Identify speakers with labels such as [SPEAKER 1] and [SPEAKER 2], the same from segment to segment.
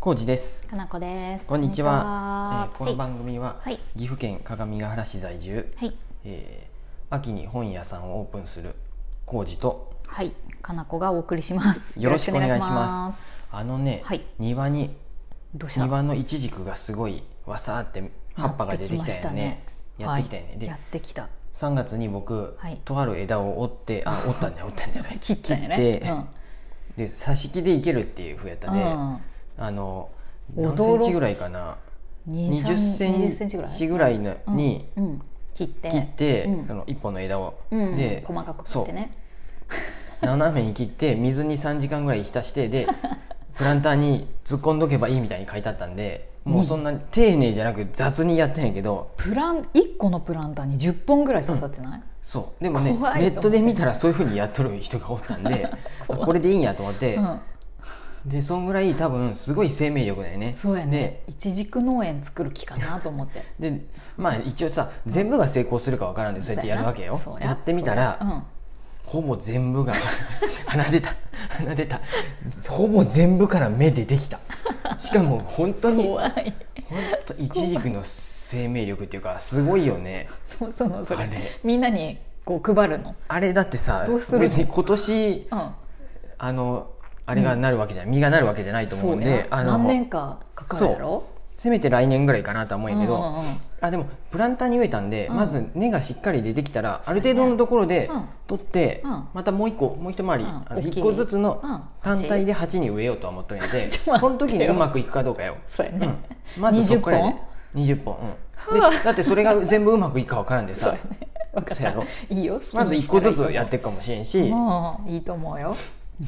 [SPEAKER 1] コウジです。
[SPEAKER 2] かなこです。
[SPEAKER 1] こんにちは。
[SPEAKER 2] こ
[SPEAKER 1] えーこ
[SPEAKER 2] んに
[SPEAKER 1] の
[SPEAKER 2] ちは
[SPEAKER 1] 番組は、
[SPEAKER 2] はい
[SPEAKER 1] 岐阜県各務原市在住、
[SPEAKER 2] はい
[SPEAKER 1] えー秋に本屋さんをオープンするコウジと
[SPEAKER 2] はい、はいかなこがお送りします。
[SPEAKER 1] よろしくお願いします
[SPEAKER 2] よろくお願いします
[SPEAKER 1] あのね、
[SPEAKER 2] はい
[SPEAKER 1] 庭に
[SPEAKER 2] どうした？
[SPEAKER 1] 庭のイチジクがすごいわさーって葉っぱが出てきたよね。やってきたよね。
[SPEAKER 2] はい
[SPEAKER 1] で
[SPEAKER 2] やってきた。
[SPEAKER 1] 3月に僕、
[SPEAKER 2] はい
[SPEAKER 1] とある枝を折って あ折ったんじゃない折ったんじゃない
[SPEAKER 2] 切ったよね。
[SPEAKER 1] 切って、で挿し木でいけるっていうふうやったね、あの何センチぐらいかな
[SPEAKER 2] うん。
[SPEAKER 1] 20
[SPEAKER 2] 二三20
[SPEAKER 1] セ
[SPEAKER 2] セ
[SPEAKER 1] ン
[SPEAKER 2] ン
[SPEAKER 1] チ
[SPEAKER 2] チぐらい
[SPEAKER 1] ぐらいのに
[SPEAKER 2] うんうん切って
[SPEAKER 1] 切って、
[SPEAKER 2] うん
[SPEAKER 1] その一本の枝を、
[SPEAKER 2] うん
[SPEAKER 1] で
[SPEAKER 2] 細かく切ってね。
[SPEAKER 1] そう斜めに切って水に3時間ぐらい浸して でプランターに突っ込んどけばいいみたいに書いてあったんでもうそんなに丁寧じゃなく雑にやったんやけど
[SPEAKER 2] プラン一個のプランターに10本ぐらい刺さってない？
[SPEAKER 1] そうでもね
[SPEAKER 2] 怖いと思
[SPEAKER 1] ネ
[SPEAKER 2] って
[SPEAKER 1] ットで見たらそういうふうにやっとる人がおったん であ
[SPEAKER 2] 怖い
[SPEAKER 1] これでいいんやと思って、
[SPEAKER 2] うん
[SPEAKER 1] でそんぐらい多分すごい生命力だよね。
[SPEAKER 2] そうやね。いちじく農園作る気かなと思って。
[SPEAKER 1] ででまあ一応さ全部が成功するかわからんでそうやってやるわけよ
[SPEAKER 2] そうな
[SPEAKER 1] やってみたら、
[SPEAKER 2] そうやうん
[SPEAKER 1] ほぼ全部が 鼻出た鼻出たほぼ全部から芽出てきたしかも本当に本
[SPEAKER 2] 怖い。
[SPEAKER 1] 当いちじくの生命力っていうかすごいよね
[SPEAKER 2] そう そのそ
[SPEAKER 1] あ
[SPEAKER 2] れ
[SPEAKER 1] れ
[SPEAKER 2] みんなにこう配るの。
[SPEAKER 1] あれだってさ
[SPEAKER 2] どうするの
[SPEAKER 1] 別に今年
[SPEAKER 2] うん。
[SPEAKER 1] あのあれがなるわけじゃない、実がなるわけじゃないと思うん
[SPEAKER 2] そう
[SPEAKER 1] で
[SPEAKER 2] や
[SPEAKER 1] あ
[SPEAKER 2] 何年
[SPEAKER 1] の
[SPEAKER 2] かかかるやろ
[SPEAKER 1] せめて来年ぐらいかなとは思うんやけど、
[SPEAKER 2] うんうんうん
[SPEAKER 1] あでもプランターに植えたんで、
[SPEAKER 2] うん
[SPEAKER 1] まず根がしっかり出てきたらあ
[SPEAKER 2] そう
[SPEAKER 1] る
[SPEAKER 2] やね
[SPEAKER 1] 程度のところで
[SPEAKER 2] うん
[SPEAKER 1] 取って、
[SPEAKER 2] うん
[SPEAKER 1] またもう一個もう一回り、
[SPEAKER 2] うん
[SPEAKER 1] あの
[SPEAKER 2] 大きい
[SPEAKER 1] 一個ずつの
[SPEAKER 2] うん
[SPEAKER 1] 単体で鉢に植えようとは思ってるので
[SPEAKER 2] ちょっと待ってよ
[SPEAKER 1] その時にうまくいくかどうかよ、
[SPEAKER 2] そうや
[SPEAKER 1] う
[SPEAKER 2] ね
[SPEAKER 1] ん、まずそこからやで
[SPEAKER 2] 20
[SPEAKER 1] 20本、うん、
[SPEAKER 2] はあ
[SPEAKER 1] でだってそれが全部うまくいくか分からんで
[SPEAKER 2] そ
[SPEAKER 1] さ
[SPEAKER 2] うやね分か っ
[SPEAKER 1] そうやろ
[SPEAKER 2] たいいよ
[SPEAKER 1] まず一個ずつやってい
[SPEAKER 2] く
[SPEAKER 1] くかもしれんし
[SPEAKER 2] もういいと思うよ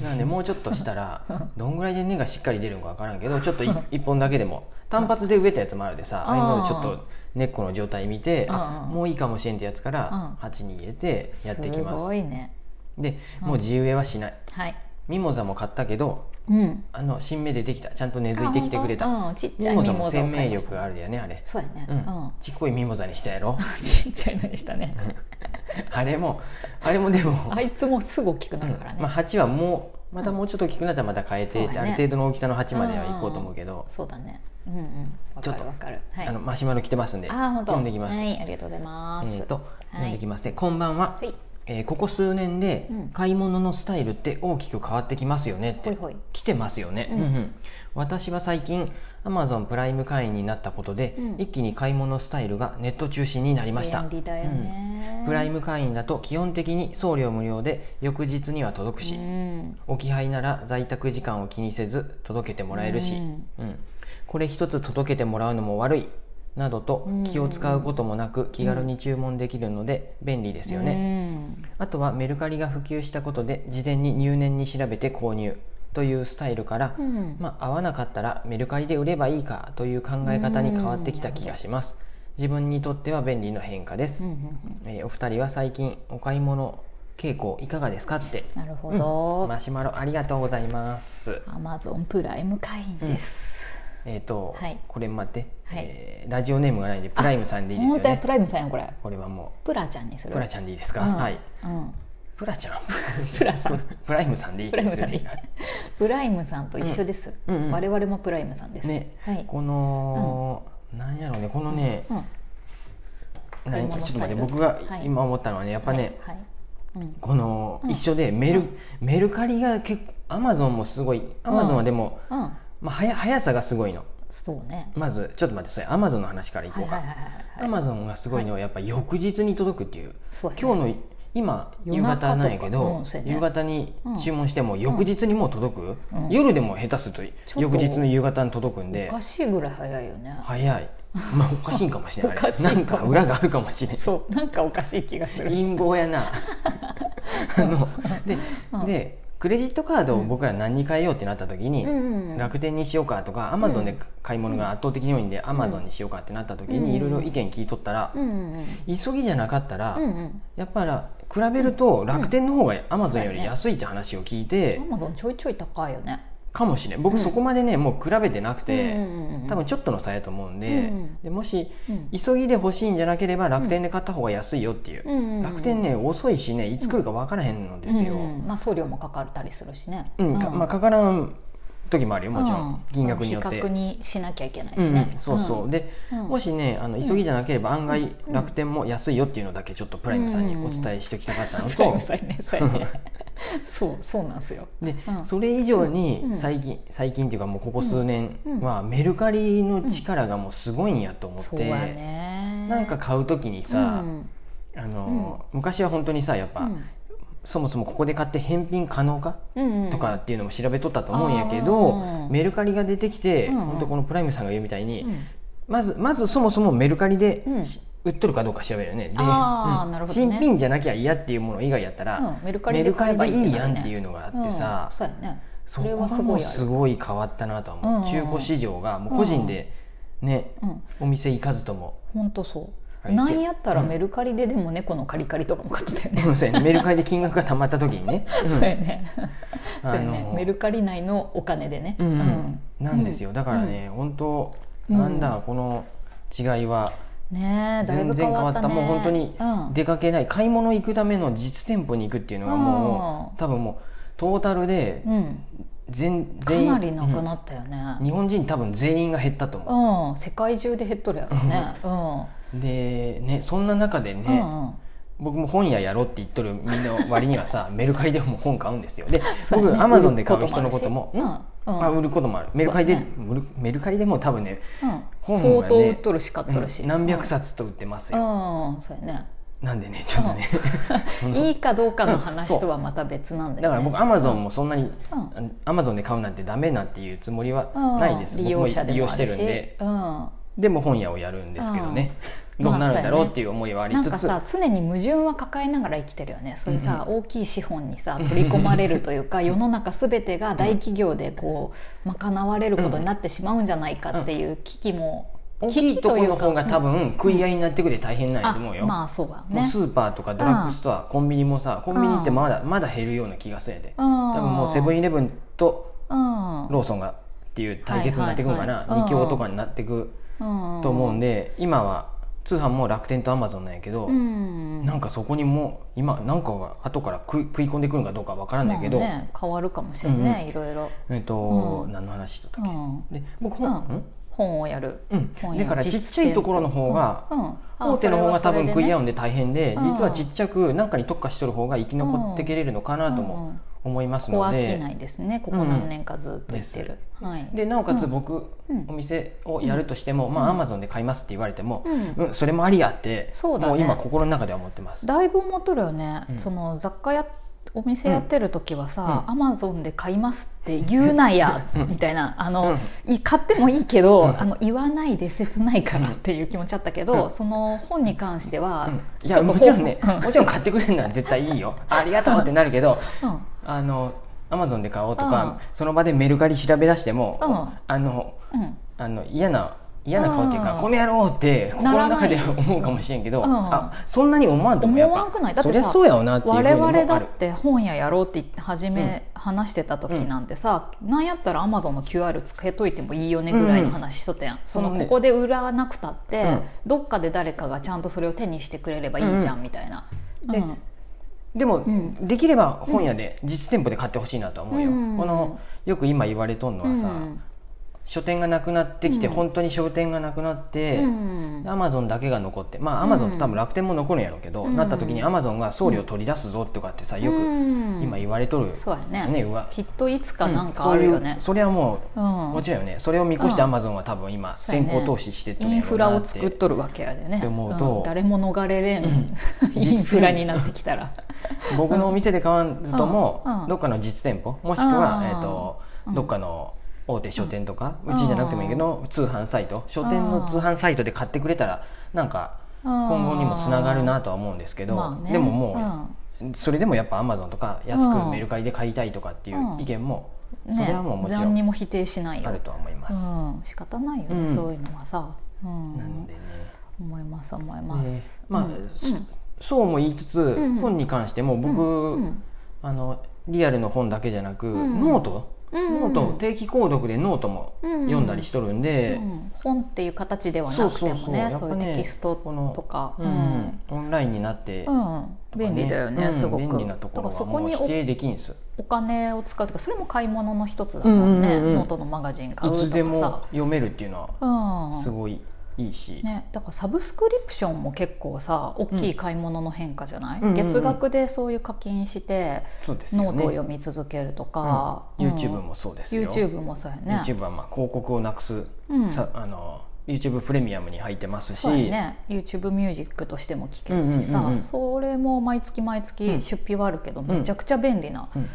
[SPEAKER 1] なんでもうちょっとした らどんぐらいで根がしっかり出るのか分からんけどちょっとい一本だけでも単発で植えたやつもあるでさああいうのちょっと根っこの状態見てあ
[SPEAKER 2] うんうん
[SPEAKER 1] もういいかもしれんってやつか
[SPEAKER 2] うん
[SPEAKER 1] ら鉢に入れてやっていきますす
[SPEAKER 2] ごいね
[SPEAKER 1] で
[SPEAKER 2] うん
[SPEAKER 1] もう地植えはしない
[SPEAKER 2] はい
[SPEAKER 1] ミモザも買ったけど
[SPEAKER 2] うん
[SPEAKER 1] あの新芽出てきたちゃんと根付いてきてくれた
[SPEAKER 2] あ本当うんちっち
[SPEAKER 1] ミ
[SPEAKER 2] ゃい
[SPEAKER 1] モ
[SPEAKER 2] ミ
[SPEAKER 1] ザも
[SPEAKER 2] モザ
[SPEAKER 1] 生
[SPEAKER 2] を買
[SPEAKER 1] 命
[SPEAKER 2] いました
[SPEAKER 1] 力があるだよねあれ
[SPEAKER 2] そうやね
[SPEAKER 1] う
[SPEAKER 2] うんん
[SPEAKER 1] ちっこいミモザにしたやろ
[SPEAKER 2] ちっちゃいのにしたね
[SPEAKER 1] あれもあれもでも
[SPEAKER 2] あいつもすぐ大きくなるから
[SPEAKER 1] うんまあ
[SPEAKER 2] ね
[SPEAKER 1] 鉢はもうまたもうちょっと大きくなったらまた変えて
[SPEAKER 2] うん
[SPEAKER 1] っ
[SPEAKER 2] そう
[SPEAKER 1] て
[SPEAKER 2] だ
[SPEAKER 1] あ
[SPEAKER 2] ね
[SPEAKER 1] る程度の大きさの鉢までは行こうと思うけど
[SPEAKER 2] そうだねうんうんわ
[SPEAKER 1] ちょ
[SPEAKER 2] か
[SPEAKER 1] っと
[SPEAKER 2] るわかるはい
[SPEAKER 1] あのマシュマロ来てますんで
[SPEAKER 2] あー本当
[SPEAKER 1] 読んできます。
[SPEAKER 2] はいありがとうございます
[SPEAKER 1] えっ、と、読んでき
[SPEAKER 2] ま
[SPEAKER 1] ますね。こんばんは
[SPEAKER 2] は。い
[SPEAKER 1] えーここ数年で
[SPEAKER 2] うん
[SPEAKER 1] 買い物のスタイルって大きく変わってきますよねって、
[SPEAKER 2] ほいほい
[SPEAKER 1] 来てますよね、
[SPEAKER 2] うん
[SPEAKER 1] うんうん私は最近 Amazon プライム会員になったことで、
[SPEAKER 2] うん
[SPEAKER 1] 一気に買い物スタイルがネット中心になりました
[SPEAKER 2] 便利だよね、
[SPEAKER 1] うんプライム会員だと基本的に送料無料で翌日には届くし、
[SPEAKER 2] うん
[SPEAKER 1] 置き配なら在宅時間を気にせず届けてもらえるし、う
[SPEAKER 2] うんん
[SPEAKER 1] これ一つ届けてもらうのも悪いなどと
[SPEAKER 2] うん
[SPEAKER 1] 気を使うこともなく気軽に注文できるので便利ですよね、
[SPEAKER 2] ね、
[SPEAKER 1] あとはメルカリが普及したことで事前に入念に調べて購入というスタイルから、
[SPEAKER 2] うん
[SPEAKER 1] まあ、合わなかったらメルカリで売ればいいかという考え方に変わってきた気がします自分にとっては便利な変化です、
[SPEAKER 2] うんうんうん
[SPEAKER 1] えーお二人は最近お買い物傾向いかがですかって
[SPEAKER 2] なるほ
[SPEAKER 1] うん
[SPEAKER 2] ど、
[SPEAKER 1] マシュマロありがとうございます。
[SPEAKER 2] アマゾンプライム会員です、
[SPEAKER 1] えっ、と、
[SPEAKER 2] はい
[SPEAKER 1] これ待って、
[SPEAKER 2] はい
[SPEAKER 1] えーラジオネームがないんでプライムさんでいいです
[SPEAKER 2] 本
[SPEAKER 1] よ
[SPEAKER 2] 当はプ
[SPEAKER 1] ね。
[SPEAKER 2] ライムさんやんこれ
[SPEAKER 1] これはも
[SPEAKER 2] プラちゃんにす
[SPEAKER 1] う
[SPEAKER 2] る
[SPEAKER 1] プラちゃんでいいですか。
[SPEAKER 2] うん
[SPEAKER 1] はい。
[SPEAKER 2] うん
[SPEAKER 1] プラちゃん。
[SPEAKER 2] プラさん
[SPEAKER 1] プライムさんでいい
[SPEAKER 2] プライ
[SPEAKER 1] です
[SPEAKER 2] ムさ
[SPEAKER 1] よ
[SPEAKER 2] んでいい
[SPEAKER 1] ね。
[SPEAKER 2] プライムさん と一緒です、
[SPEAKER 1] うんうんうん
[SPEAKER 2] 我々もプライムさんです、
[SPEAKER 1] ね
[SPEAKER 2] はい、
[SPEAKER 1] この、なんやろうね、このね、
[SPEAKER 2] うん、
[SPEAKER 1] なん
[SPEAKER 2] 買い物
[SPEAKER 1] ちょっ
[SPEAKER 2] ス
[SPEAKER 1] と
[SPEAKER 2] タイ
[SPEAKER 1] 待っ
[SPEAKER 2] ル
[SPEAKER 1] て、僕が
[SPEAKER 2] はい
[SPEAKER 1] 今思ったのはね、やっぱね、
[SPEAKER 2] はい、はいうん、
[SPEAKER 1] この、
[SPEAKER 2] うん
[SPEAKER 1] 一緒でメル、
[SPEAKER 2] うん
[SPEAKER 1] メルカリが結構、アマゾンもすごい、アマゾンはでも、
[SPEAKER 2] うん、
[SPEAKER 1] まあはや速さがすごいの。
[SPEAKER 2] そうね
[SPEAKER 1] まずちょっと待って、それアマゾンの話からいこうか。
[SPEAKER 2] はいはいはいはい
[SPEAKER 1] アマゾンがすごいのはやっぱ翌日に届くっていう、
[SPEAKER 2] そうやね
[SPEAKER 1] 今日の今夕
[SPEAKER 2] 夜中とか
[SPEAKER 1] 方なんやけど、
[SPEAKER 2] うんそうやね
[SPEAKER 1] 夕方に注文しても翌日にもう届く、
[SPEAKER 2] うん
[SPEAKER 1] 夜でも下手する
[SPEAKER 2] ちょっ
[SPEAKER 1] と
[SPEAKER 2] と
[SPEAKER 1] 翌日の夕方に届くん
[SPEAKER 2] お
[SPEAKER 1] で
[SPEAKER 2] かしいぐらい早いよね
[SPEAKER 1] 早い、まあ、おかしいんかもしれない
[SPEAKER 2] お
[SPEAKER 1] あれ
[SPEAKER 2] かしい
[SPEAKER 1] な
[SPEAKER 2] かも
[SPEAKER 1] んか裏があるかもしれない
[SPEAKER 2] そうなんかおかしい気がする
[SPEAKER 1] 陰謀やな あので,、
[SPEAKER 2] うん
[SPEAKER 1] でクレジットカードを僕ら何に変えようってなった時に、
[SPEAKER 2] うんうん
[SPEAKER 1] 楽天にしようかとかアマゾンで買い物が圧倒的に多いんでアマゾンにしようかってなった時
[SPEAKER 2] うん
[SPEAKER 1] にいろいろ意見聞いとったら、
[SPEAKER 2] うんうん
[SPEAKER 1] 急ぎじゃなかったら、
[SPEAKER 2] うんうん
[SPEAKER 1] やっぱり比べると楽天の方がアマゾンより安いって話を聞いて、
[SPEAKER 2] アマゾンちょいちょい高いよね
[SPEAKER 1] かもしれん僕
[SPEAKER 2] うん
[SPEAKER 1] そこまでねもう比べてなくて、
[SPEAKER 2] うんうんうんうん
[SPEAKER 1] 多分ちょっとの差やと思うんで,、
[SPEAKER 2] うん
[SPEAKER 1] でもし
[SPEAKER 2] うん
[SPEAKER 1] 急ぎで欲しいんじゃなければ楽天で買った方が安いよっていう、
[SPEAKER 2] うんうんうん
[SPEAKER 1] 楽天ね遅いしねいつ来るか分からへんのですよ、
[SPEAKER 2] うんうんまあ送料もかかったりするしね、
[SPEAKER 1] うんかまあ、かからん時もあるよもちろん、
[SPEAKER 2] うん
[SPEAKER 1] 金額によって
[SPEAKER 2] 比較にしなきゃいけないで
[SPEAKER 1] う
[SPEAKER 2] す
[SPEAKER 1] んう
[SPEAKER 2] ね
[SPEAKER 1] ん、そうそう、
[SPEAKER 2] ん
[SPEAKER 1] で
[SPEAKER 2] うん
[SPEAKER 1] もしねあの急ぎじゃなければ案外楽天も安いよっていうのだけちょっとプライムさんにお伝えしておきたかったの
[SPEAKER 2] ごめん
[SPEAKER 1] と
[SPEAKER 2] な、さいねそうやねそうそうなんですよ
[SPEAKER 1] で
[SPEAKER 2] うん
[SPEAKER 1] それ以上に
[SPEAKER 2] うん
[SPEAKER 1] 最近最近っていうかもうここ数年
[SPEAKER 2] うん
[SPEAKER 1] はメルカリの力がもうすごいんやと思っ
[SPEAKER 2] そう
[SPEAKER 1] て、
[SPEAKER 2] やね
[SPEAKER 1] なんか買う時にさ、
[SPEAKER 2] うん
[SPEAKER 1] あの昔は本当にさやっぱ、
[SPEAKER 2] うん
[SPEAKER 1] そもそもここで買って返品可能か
[SPEAKER 2] うんうん
[SPEAKER 1] とかっていうのも調べとったと思うんやけど、
[SPEAKER 2] うん
[SPEAKER 1] メルカリが出てきて、
[SPEAKER 2] うん
[SPEAKER 1] 本当このプライムさんが言うみたいに、
[SPEAKER 2] うん
[SPEAKER 1] まずまずそもそもメルカリで、
[SPEAKER 2] うん
[SPEAKER 1] し売っとるかどうか調べるよねで
[SPEAKER 2] あーなるほどね
[SPEAKER 1] 新品じゃなきゃ嫌っていうもの以外やったら、
[SPEAKER 2] うんメルカリ
[SPEAKER 1] メ
[SPEAKER 2] で
[SPEAKER 1] ルカ
[SPEAKER 2] 買え
[SPEAKER 1] リ
[SPEAKER 2] ば
[SPEAKER 1] で
[SPEAKER 2] いい
[SPEAKER 1] いい
[SPEAKER 2] か
[SPEAKER 1] や
[SPEAKER 2] ら
[SPEAKER 1] ん
[SPEAKER 2] ね
[SPEAKER 1] っていうのがあってさ、
[SPEAKER 2] うんそうやね
[SPEAKER 1] そ
[SPEAKER 2] それ
[SPEAKER 1] こ
[SPEAKER 2] は
[SPEAKER 1] が
[SPEAKER 2] す
[SPEAKER 1] も
[SPEAKER 2] ご
[SPEAKER 1] う
[SPEAKER 2] いあ
[SPEAKER 1] す
[SPEAKER 2] る
[SPEAKER 1] ごい変わったなとは思う、
[SPEAKER 2] うんうん
[SPEAKER 1] 中古市場がもう個人でね、
[SPEAKER 2] うん
[SPEAKER 1] お店行かずとも
[SPEAKER 2] 本当そう、
[SPEAKER 1] あれ
[SPEAKER 2] なんやったら
[SPEAKER 1] うん
[SPEAKER 2] メルカリででも猫のカリカリとかも買ってたよね、
[SPEAKER 1] そうやねメルカリで金額がたまった時に ね、うん
[SPEAKER 2] そうやねそう
[SPEAKER 1] あ
[SPEAKER 2] や
[SPEAKER 1] の
[SPEAKER 2] ねメルカリ内のお金でね、
[SPEAKER 1] うんうんなんですよだからね、本当なんだこの違いは
[SPEAKER 2] うんねえだい
[SPEAKER 1] 全
[SPEAKER 2] ぶ
[SPEAKER 1] 然
[SPEAKER 2] 変
[SPEAKER 1] 変わ
[SPEAKER 2] わっ
[SPEAKER 1] ったた
[SPEAKER 2] ね
[SPEAKER 1] もう本当に
[SPEAKER 2] うん
[SPEAKER 1] 出かけない買い物行くための実店舗に行くっていうのがも
[SPEAKER 2] うん
[SPEAKER 1] う多分もうトータルで
[SPEAKER 2] うん
[SPEAKER 1] 全
[SPEAKER 2] か
[SPEAKER 1] 全員
[SPEAKER 2] なりなくな
[SPEAKER 1] っ
[SPEAKER 2] ったよ
[SPEAKER 1] うん
[SPEAKER 2] ね、
[SPEAKER 1] 日本人多分全員が減ったと思
[SPEAKER 2] うん世界中で減っとるやろね、うん
[SPEAKER 1] うでねそんな中で
[SPEAKER 2] う
[SPEAKER 1] ね
[SPEAKER 2] んうん
[SPEAKER 1] 僕も本屋やろうって言っとるみんな割には さメルカリでも本買うんですよで
[SPEAKER 2] そうや
[SPEAKER 1] 僕
[SPEAKER 2] ね
[SPEAKER 1] アマゾンで買う人のことも
[SPEAKER 2] 売る
[SPEAKER 1] うん
[SPEAKER 2] こともあ
[SPEAKER 1] あ
[SPEAKER 2] るし
[SPEAKER 1] 売ることもあるメルカリで
[SPEAKER 2] そうや
[SPEAKER 1] 売るメルカリでも多分ね
[SPEAKER 2] うんうん
[SPEAKER 1] 本
[SPEAKER 2] 相
[SPEAKER 1] はね
[SPEAKER 2] 当売っとるし買っとるし、
[SPEAKER 1] うん何百冊と売ってます
[SPEAKER 2] う
[SPEAKER 1] よ
[SPEAKER 2] ん、うんそうやね
[SPEAKER 1] なんでねちょっとね
[SPEAKER 2] いいかどうかの話とはまた別なんだ
[SPEAKER 1] だ
[SPEAKER 2] よ
[SPEAKER 1] か
[SPEAKER 2] ね
[SPEAKER 1] ら僕アマゾンもそんなに
[SPEAKER 2] うん
[SPEAKER 1] アマゾンで買うなんてダメなんていうつもりは
[SPEAKER 2] うん
[SPEAKER 1] ないです、
[SPEAKER 2] 利
[SPEAKER 1] 僕も
[SPEAKER 2] 用者で
[SPEAKER 1] 利用
[SPEAKER 2] もあ
[SPEAKER 1] して
[SPEAKER 2] る
[SPEAKER 1] る
[SPEAKER 2] し
[SPEAKER 1] んで
[SPEAKER 2] うん
[SPEAKER 1] でも本屋をやるんですけどね、どうなるんだろうっていう思いはあり
[SPEAKER 2] なん
[SPEAKER 1] つ
[SPEAKER 2] か
[SPEAKER 1] つ、
[SPEAKER 2] さ常に矛盾は抱えながら生きてるよねそういうさ、
[SPEAKER 1] う
[SPEAKER 2] 大きい資本にさ取り込まれるという か世の中全てが大企業でこう賄われることになってしまうんじゃないかっていう危機も、
[SPEAKER 1] 大きいところの方が多分食い合いになってくれて大変なんや
[SPEAKER 2] あ
[SPEAKER 1] と思うよ、
[SPEAKER 2] まあそうだ
[SPEAKER 1] もう
[SPEAKER 2] ね
[SPEAKER 1] スーパーとかドラッグストア、コンビニもさコンビニってまだまだ減るような気がするんやで
[SPEAKER 2] 多
[SPEAKER 1] 多分もうセブンイレブンと
[SPEAKER 2] うん
[SPEAKER 1] ローソンがっていう対決になってくるか
[SPEAKER 2] は
[SPEAKER 1] な、
[SPEAKER 2] い
[SPEAKER 1] 二
[SPEAKER 2] はいはい
[SPEAKER 1] 強とかになってく
[SPEAKER 2] うん
[SPEAKER 1] と思うんで、今は通販も楽天とアマゾンなんやけど、
[SPEAKER 2] うん
[SPEAKER 1] なんかそこにもう今なんかが後から食い食い込んでくるのかどうかわからないけど、
[SPEAKER 2] まあね、変わるかもしれないね、
[SPEAKER 1] うん
[SPEAKER 2] いろいろ、
[SPEAKER 1] えっと、
[SPEAKER 2] うん
[SPEAKER 1] 何の話だった
[SPEAKER 2] う
[SPEAKER 1] っけ、
[SPEAKER 2] ん、
[SPEAKER 1] で僕本、
[SPEAKER 2] うん
[SPEAKER 1] ん
[SPEAKER 2] 本をやる
[SPEAKER 1] うん
[SPEAKER 2] 本屋
[SPEAKER 1] だからちっちゃいところの方が、
[SPEAKER 2] うんうんあ
[SPEAKER 1] 大手の方が多分食い合
[SPEAKER 2] それはそれでね
[SPEAKER 1] うんで大変で、
[SPEAKER 2] うん
[SPEAKER 1] 実はちっちゃく何かに特化しとる方が生き残っていけれるのかなと
[SPEAKER 2] うんう
[SPEAKER 1] も
[SPEAKER 2] ん
[SPEAKER 1] 思います
[SPEAKER 2] ここ
[SPEAKER 1] の
[SPEAKER 2] は
[SPEAKER 1] で、
[SPEAKER 2] 飽きないですねここ何年かずっと言ってる、はい
[SPEAKER 1] でなおかつ
[SPEAKER 2] うん
[SPEAKER 1] 僕、
[SPEAKER 2] うん
[SPEAKER 1] お店をやるとしても、まあアマゾンで買いますって言われても、
[SPEAKER 2] うん
[SPEAKER 1] うんそれもありやって
[SPEAKER 2] そうだね
[SPEAKER 1] もう今心の中では思ってます。
[SPEAKER 2] だいぶ思っとるよね、
[SPEAKER 1] うん
[SPEAKER 2] その雑貨やお店やってる時はさ、
[SPEAKER 1] うん
[SPEAKER 2] アマゾンで買いますって言うなや、
[SPEAKER 1] うん
[SPEAKER 2] みたいなあの、
[SPEAKER 1] う
[SPEAKER 2] い買ってもいいけど、
[SPEAKER 1] うん
[SPEAKER 2] あの言わないで切ないからっていう気持ちあったけど、
[SPEAKER 1] うん
[SPEAKER 2] その本に関しては、
[SPEAKER 1] うんいやもちろんね、
[SPEAKER 2] う ん
[SPEAKER 1] もちろん買ってくれるのは絶対いい よありがとうってなるけど
[SPEAKER 2] うん
[SPEAKER 1] あのアマゾンで買おうと
[SPEAKER 2] うん
[SPEAKER 1] か、その場でメルカリ調べ出しても、
[SPEAKER 2] うん
[SPEAKER 1] あの
[SPEAKER 2] うん
[SPEAKER 1] あの嫌な嫌な顔っていうか、
[SPEAKER 2] うん
[SPEAKER 1] この野郎って心の中で
[SPEAKER 2] ならない
[SPEAKER 1] 思うかもしれんけど、
[SPEAKER 2] うん
[SPEAKER 1] あそんなに思わんと思うやっ
[SPEAKER 2] 思わんくないだ
[SPEAKER 1] ぱ
[SPEAKER 2] っ
[SPEAKER 1] そ
[SPEAKER 2] てさ
[SPEAKER 1] りゃそうやわなっていうふう
[SPEAKER 2] 我
[SPEAKER 1] にもあ
[SPEAKER 2] 々
[SPEAKER 1] る
[SPEAKER 2] だって本屋やろうって言って初め話してた時なんてさ、なんやったらアマゾンの QR つけといてもいいよねぐらいの話しとったやん、その
[SPEAKER 1] そうね
[SPEAKER 2] ここで売らなくたって、
[SPEAKER 1] うん
[SPEAKER 2] どっかで誰かがちゃんとそれを手にしてくれればいいじゃんみたいな、
[SPEAKER 1] で
[SPEAKER 2] うん
[SPEAKER 1] でも、
[SPEAKER 2] ん
[SPEAKER 1] できれば本屋で実店舗で買ってほしいなとは思うよ、
[SPEAKER 2] うん
[SPEAKER 1] このよく今言われとんのはさ、
[SPEAKER 2] うん
[SPEAKER 1] 書店がなくなってきて、
[SPEAKER 2] うん
[SPEAKER 1] 本当に商店がなくなって、
[SPEAKER 2] うん
[SPEAKER 1] アマゾンだけが残ってまあアマゾ
[SPEAKER 2] う
[SPEAKER 1] ン
[SPEAKER 2] ん
[SPEAKER 1] 多分楽天も残るんやろうけど、
[SPEAKER 2] うん
[SPEAKER 1] なった時にアマゾンが送料取り出すぞとかってさよく
[SPEAKER 2] うん
[SPEAKER 1] 今言われとる、
[SPEAKER 2] そうやね
[SPEAKER 1] ねうわ
[SPEAKER 2] きっといつか
[SPEAKER 1] うん
[SPEAKER 2] なんかあるよ
[SPEAKER 1] そうい
[SPEAKER 2] ね
[SPEAKER 1] う、それはもう、
[SPEAKER 2] うん
[SPEAKER 1] もちろんよねそれを見越して
[SPEAKER 2] う
[SPEAKER 1] ア
[SPEAKER 2] ん
[SPEAKER 1] マゾンは多分今
[SPEAKER 2] そうや
[SPEAKER 1] 先
[SPEAKER 2] ね
[SPEAKER 1] 行投資してって
[SPEAKER 2] インフラを作っ
[SPEAKER 1] と
[SPEAKER 2] とるわけやでね
[SPEAKER 1] って思うと
[SPEAKER 2] ん誰も逃れれん、
[SPEAKER 1] うん
[SPEAKER 2] インフラになってきたら。
[SPEAKER 1] 僕のお店で買わずとも、
[SPEAKER 2] うんうん
[SPEAKER 1] どっかの実店舗もしく
[SPEAKER 2] う
[SPEAKER 1] は
[SPEAKER 2] ん、
[SPEAKER 1] えーと
[SPEAKER 2] うん
[SPEAKER 1] どっかの大手書店とか、
[SPEAKER 2] う
[SPEAKER 1] うんちじゃなくてもいいけど、通販サイト書店の通販サイトで買ってくれたらなんか 今
[SPEAKER 2] 今
[SPEAKER 1] 後にもつながるなとは思うんですけど、
[SPEAKER 2] まあね
[SPEAKER 1] でももう、
[SPEAKER 2] うん
[SPEAKER 1] それでもやっぱアマゾンとか安
[SPEAKER 2] う
[SPEAKER 1] く
[SPEAKER 2] ん
[SPEAKER 1] メルカリで買いたいとかっていう意見も、
[SPEAKER 2] ね、
[SPEAKER 1] それはもうもちろ
[SPEAKER 2] 何に
[SPEAKER 1] ん
[SPEAKER 2] も否定しないよ
[SPEAKER 1] あるとは思います、
[SPEAKER 2] うん、仕方ないよね、
[SPEAKER 1] うん
[SPEAKER 2] そういうのはさ、うん、
[SPEAKER 1] なのでね、
[SPEAKER 2] 思います思います、
[SPEAKER 1] ねまあ
[SPEAKER 2] うん
[SPEAKER 1] そそうも言いつつ、
[SPEAKER 2] ん
[SPEAKER 1] 本に関しても僕、
[SPEAKER 2] うんうん
[SPEAKER 1] あのリアルの本だけじゃなく、
[SPEAKER 2] ん
[SPEAKER 1] ノート
[SPEAKER 2] うん
[SPEAKER 1] ノート定期購読でノートも読んだりしとるんで、
[SPEAKER 2] うん本っていう形ではなくてもね
[SPEAKER 1] そうそうそうやっ
[SPEAKER 2] そう
[SPEAKER 1] ぱね
[SPEAKER 2] いうテキスト
[SPEAKER 1] この
[SPEAKER 2] とか、
[SPEAKER 1] うんオンラインになって、
[SPEAKER 2] うん
[SPEAKER 1] とかね
[SPEAKER 2] 便利だよね、
[SPEAKER 1] うん
[SPEAKER 2] すごく
[SPEAKER 1] 便利なところ
[SPEAKER 2] だから
[SPEAKER 1] は
[SPEAKER 2] そこ
[SPEAKER 1] もう
[SPEAKER 2] に
[SPEAKER 1] 否定できんす
[SPEAKER 2] おお金を使うとかそれも買い物の一つだもんね、
[SPEAKER 1] うんうんうんうん
[SPEAKER 2] ノートのマガジン買
[SPEAKER 1] いう
[SPEAKER 2] とかさ
[SPEAKER 1] つでも読めるっていうのはす
[SPEAKER 2] う
[SPEAKER 1] ごいいいし、
[SPEAKER 2] んね、だからサブスクリプションも結構さ大きい買い物の変化じゃない、
[SPEAKER 1] うんうんうんうん
[SPEAKER 2] 月額でそういう課金して
[SPEAKER 1] そうですよね
[SPEAKER 2] ノートを読み続けるとか、
[SPEAKER 1] うん
[SPEAKER 2] うん
[SPEAKER 1] YouTube もそうですよ
[SPEAKER 2] YouTube もそうやね
[SPEAKER 1] YouTube はまあ広告をなくす、
[SPEAKER 2] うん
[SPEAKER 1] さあの YouTube プレミアムに入ってますし
[SPEAKER 2] そうやね YouTube ミュージックとしても聴けるしさ、
[SPEAKER 1] うんうんうんうん
[SPEAKER 2] それも毎月
[SPEAKER 1] う
[SPEAKER 2] 毎
[SPEAKER 1] ん
[SPEAKER 2] 月出費はあるけど、
[SPEAKER 1] ん
[SPEAKER 2] めちゃくちゃ便利な、
[SPEAKER 1] うん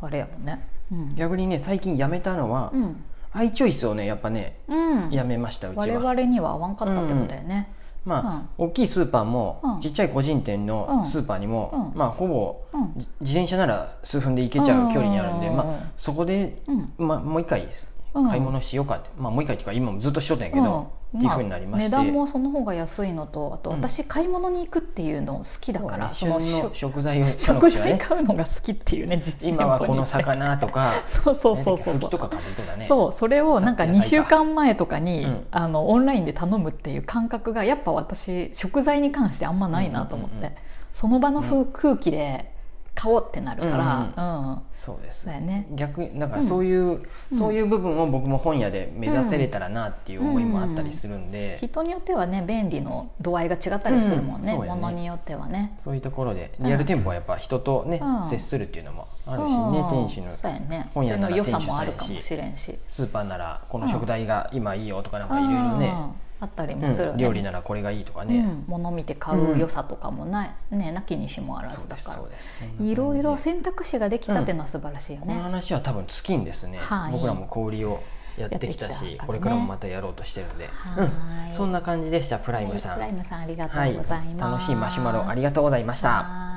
[SPEAKER 2] あれやもんねうん
[SPEAKER 1] 逆にね最近やめたのは、
[SPEAKER 2] うん、
[SPEAKER 1] アイチョイスをねやっぱね
[SPEAKER 2] うん、
[SPEAKER 1] やめましたうちは
[SPEAKER 2] 我々には合わんかったってことだよね、
[SPEAKER 1] まあ、大きいスーパーも、
[SPEAKER 2] うん
[SPEAKER 1] ちっちゃい個人店のスーパーにも、まあ、ほぼ
[SPEAKER 2] うん
[SPEAKER 1] じ自転車なら数分で行けちゃう距離にあるんで、
[SPEAKER 2] うん
[SPEAKER 1] まあ、そこで、
[SPEAKER 2] うん
[SPEAKER 1] まあ、もう一回です、
[SPEAKER 2] うん
[SPEAKER 1] 買い物しようかって、まあ、もう一回っていうか今もずっとしとったんやけど、
[SPEAKER 2] うん
[SPEAKER 1] っていうふうになりまして、
[SPEAKER 2] あ値段もその方が安いのとあと
[SPEAKER 1] うん
[SPEAKER 2] 私買い物に行くっていうの好きだから、
[SPEAKER 1] そ
[SPEAKER 2] そう
[SPEAKER 1] ね
[SPEAKER 2] の
[SPEAKER 1] 旬の
[SPEAKER 2] しょ
[SPEAKER 1] 食材を
[SPEAKER 2] 食材
[SPEAKER 1] ね
[SPEAKER 2] 買うのが好きっていうね実店舗に
[SPEAKER 1] 今はこの魚とか
[SPEAKER 2] そうそうそうそ
[SPEAKER 1] なんだっけフキ
[SPEAKER 2] うそう
[SPEAKER 1] とか買ってたね
[SPEAKER 2] そうそれをなんか
[SPEAKER 1] 野菜
[SPEAKER 2] 2
[SPEAKER 1] か
[SPEAKER 2] 週間前とかに、
[SPEAKER 1] うん
[SPEAKER 2] あのオンラインで頼むっていう感覚がやっぱ私食材に関してあんまないなと思って、
[SPEAKER 1] うんうんうんうん
[SPEAKER 2] その場の風空気で買おうってなるから、うん
[SPEAKER 1] そうです
[SPEAKER 2] そうやね
[SPEAKER 1] 逆にだからそういう、
[SPEAKER 2] うん
[SPEAKER 1] そういう部分を僕も本屋で目指せれたらなっていう思いもあったりするんで、
[SPEAKER 2] 人によってはね便利の度合いが違ったりするもんね,、
[SPEAKER 1] うんそうやね
[SPEAKER 2] ものによってはね。
[SPEAKER 1] そういうところで
[SPEAKER 2] うん
[SPEAKER 1] リアル店舗はやっぱ人とね、
[SPEAKER 2] うん
[SPEAKER 1] 接するっていうのもあるしね、
[SPEAKER 2] うん
[SPEAKER 1] 店主の
[SPEAKER 2] そうやね
[SPEAKER 1] 本屋なら
[SPEAKER 2] それの良さもあるかもしれんし
[SPEAKER 1] スーパーならこの食材が今いいよとかなんかいろいろね、
[SPEAKER 2] うんあったり
[SPEAKER 1] う
[SPEAKER 2] も
[SPEAKER 1] ん
[SPEAKER 2] するよね、
[SPEAKER 1] 料理ならこれがいいとか
[SPEAKER 2] う
[SPEAKER 1] ね、
[SPEAKER 2] ん物見て買う良さとかもない、ねなきにしもあら
[SPEAKER 1] そう
[SPEAKER 2] ずだ
[SPEAKER 1] です
[SPEAKER 2] か
[SPEAKER 1] そうですそんな
[SPEAKER 2] ら
[SPEAKER 1] 感じ
[SPEAKER 2] いろいろ選択肢ができたっていうのは素晴らしいよ
[SPEAKER 1] この
[SPEAKER 2] ね、
[SPEAKER 1] 話は多分尽きんですね、
[SPEAKER 2] はい
[SPEAKER 1] 僕らも氷をやってきたし
[SPEAKER 2] やってきたからね
[SPEAKER 1] これからもまたやろうとしてるんで、
[SPEAKER 2] はい
[SPEAKER 1] うんそんな感じでしたプライムさん、
[SPEAKER 2] はいプライムさんありがとうございます、
[SPEAKER 1] はい、楽しいマシュマロありがとうございました
[SPEAKER 2] はい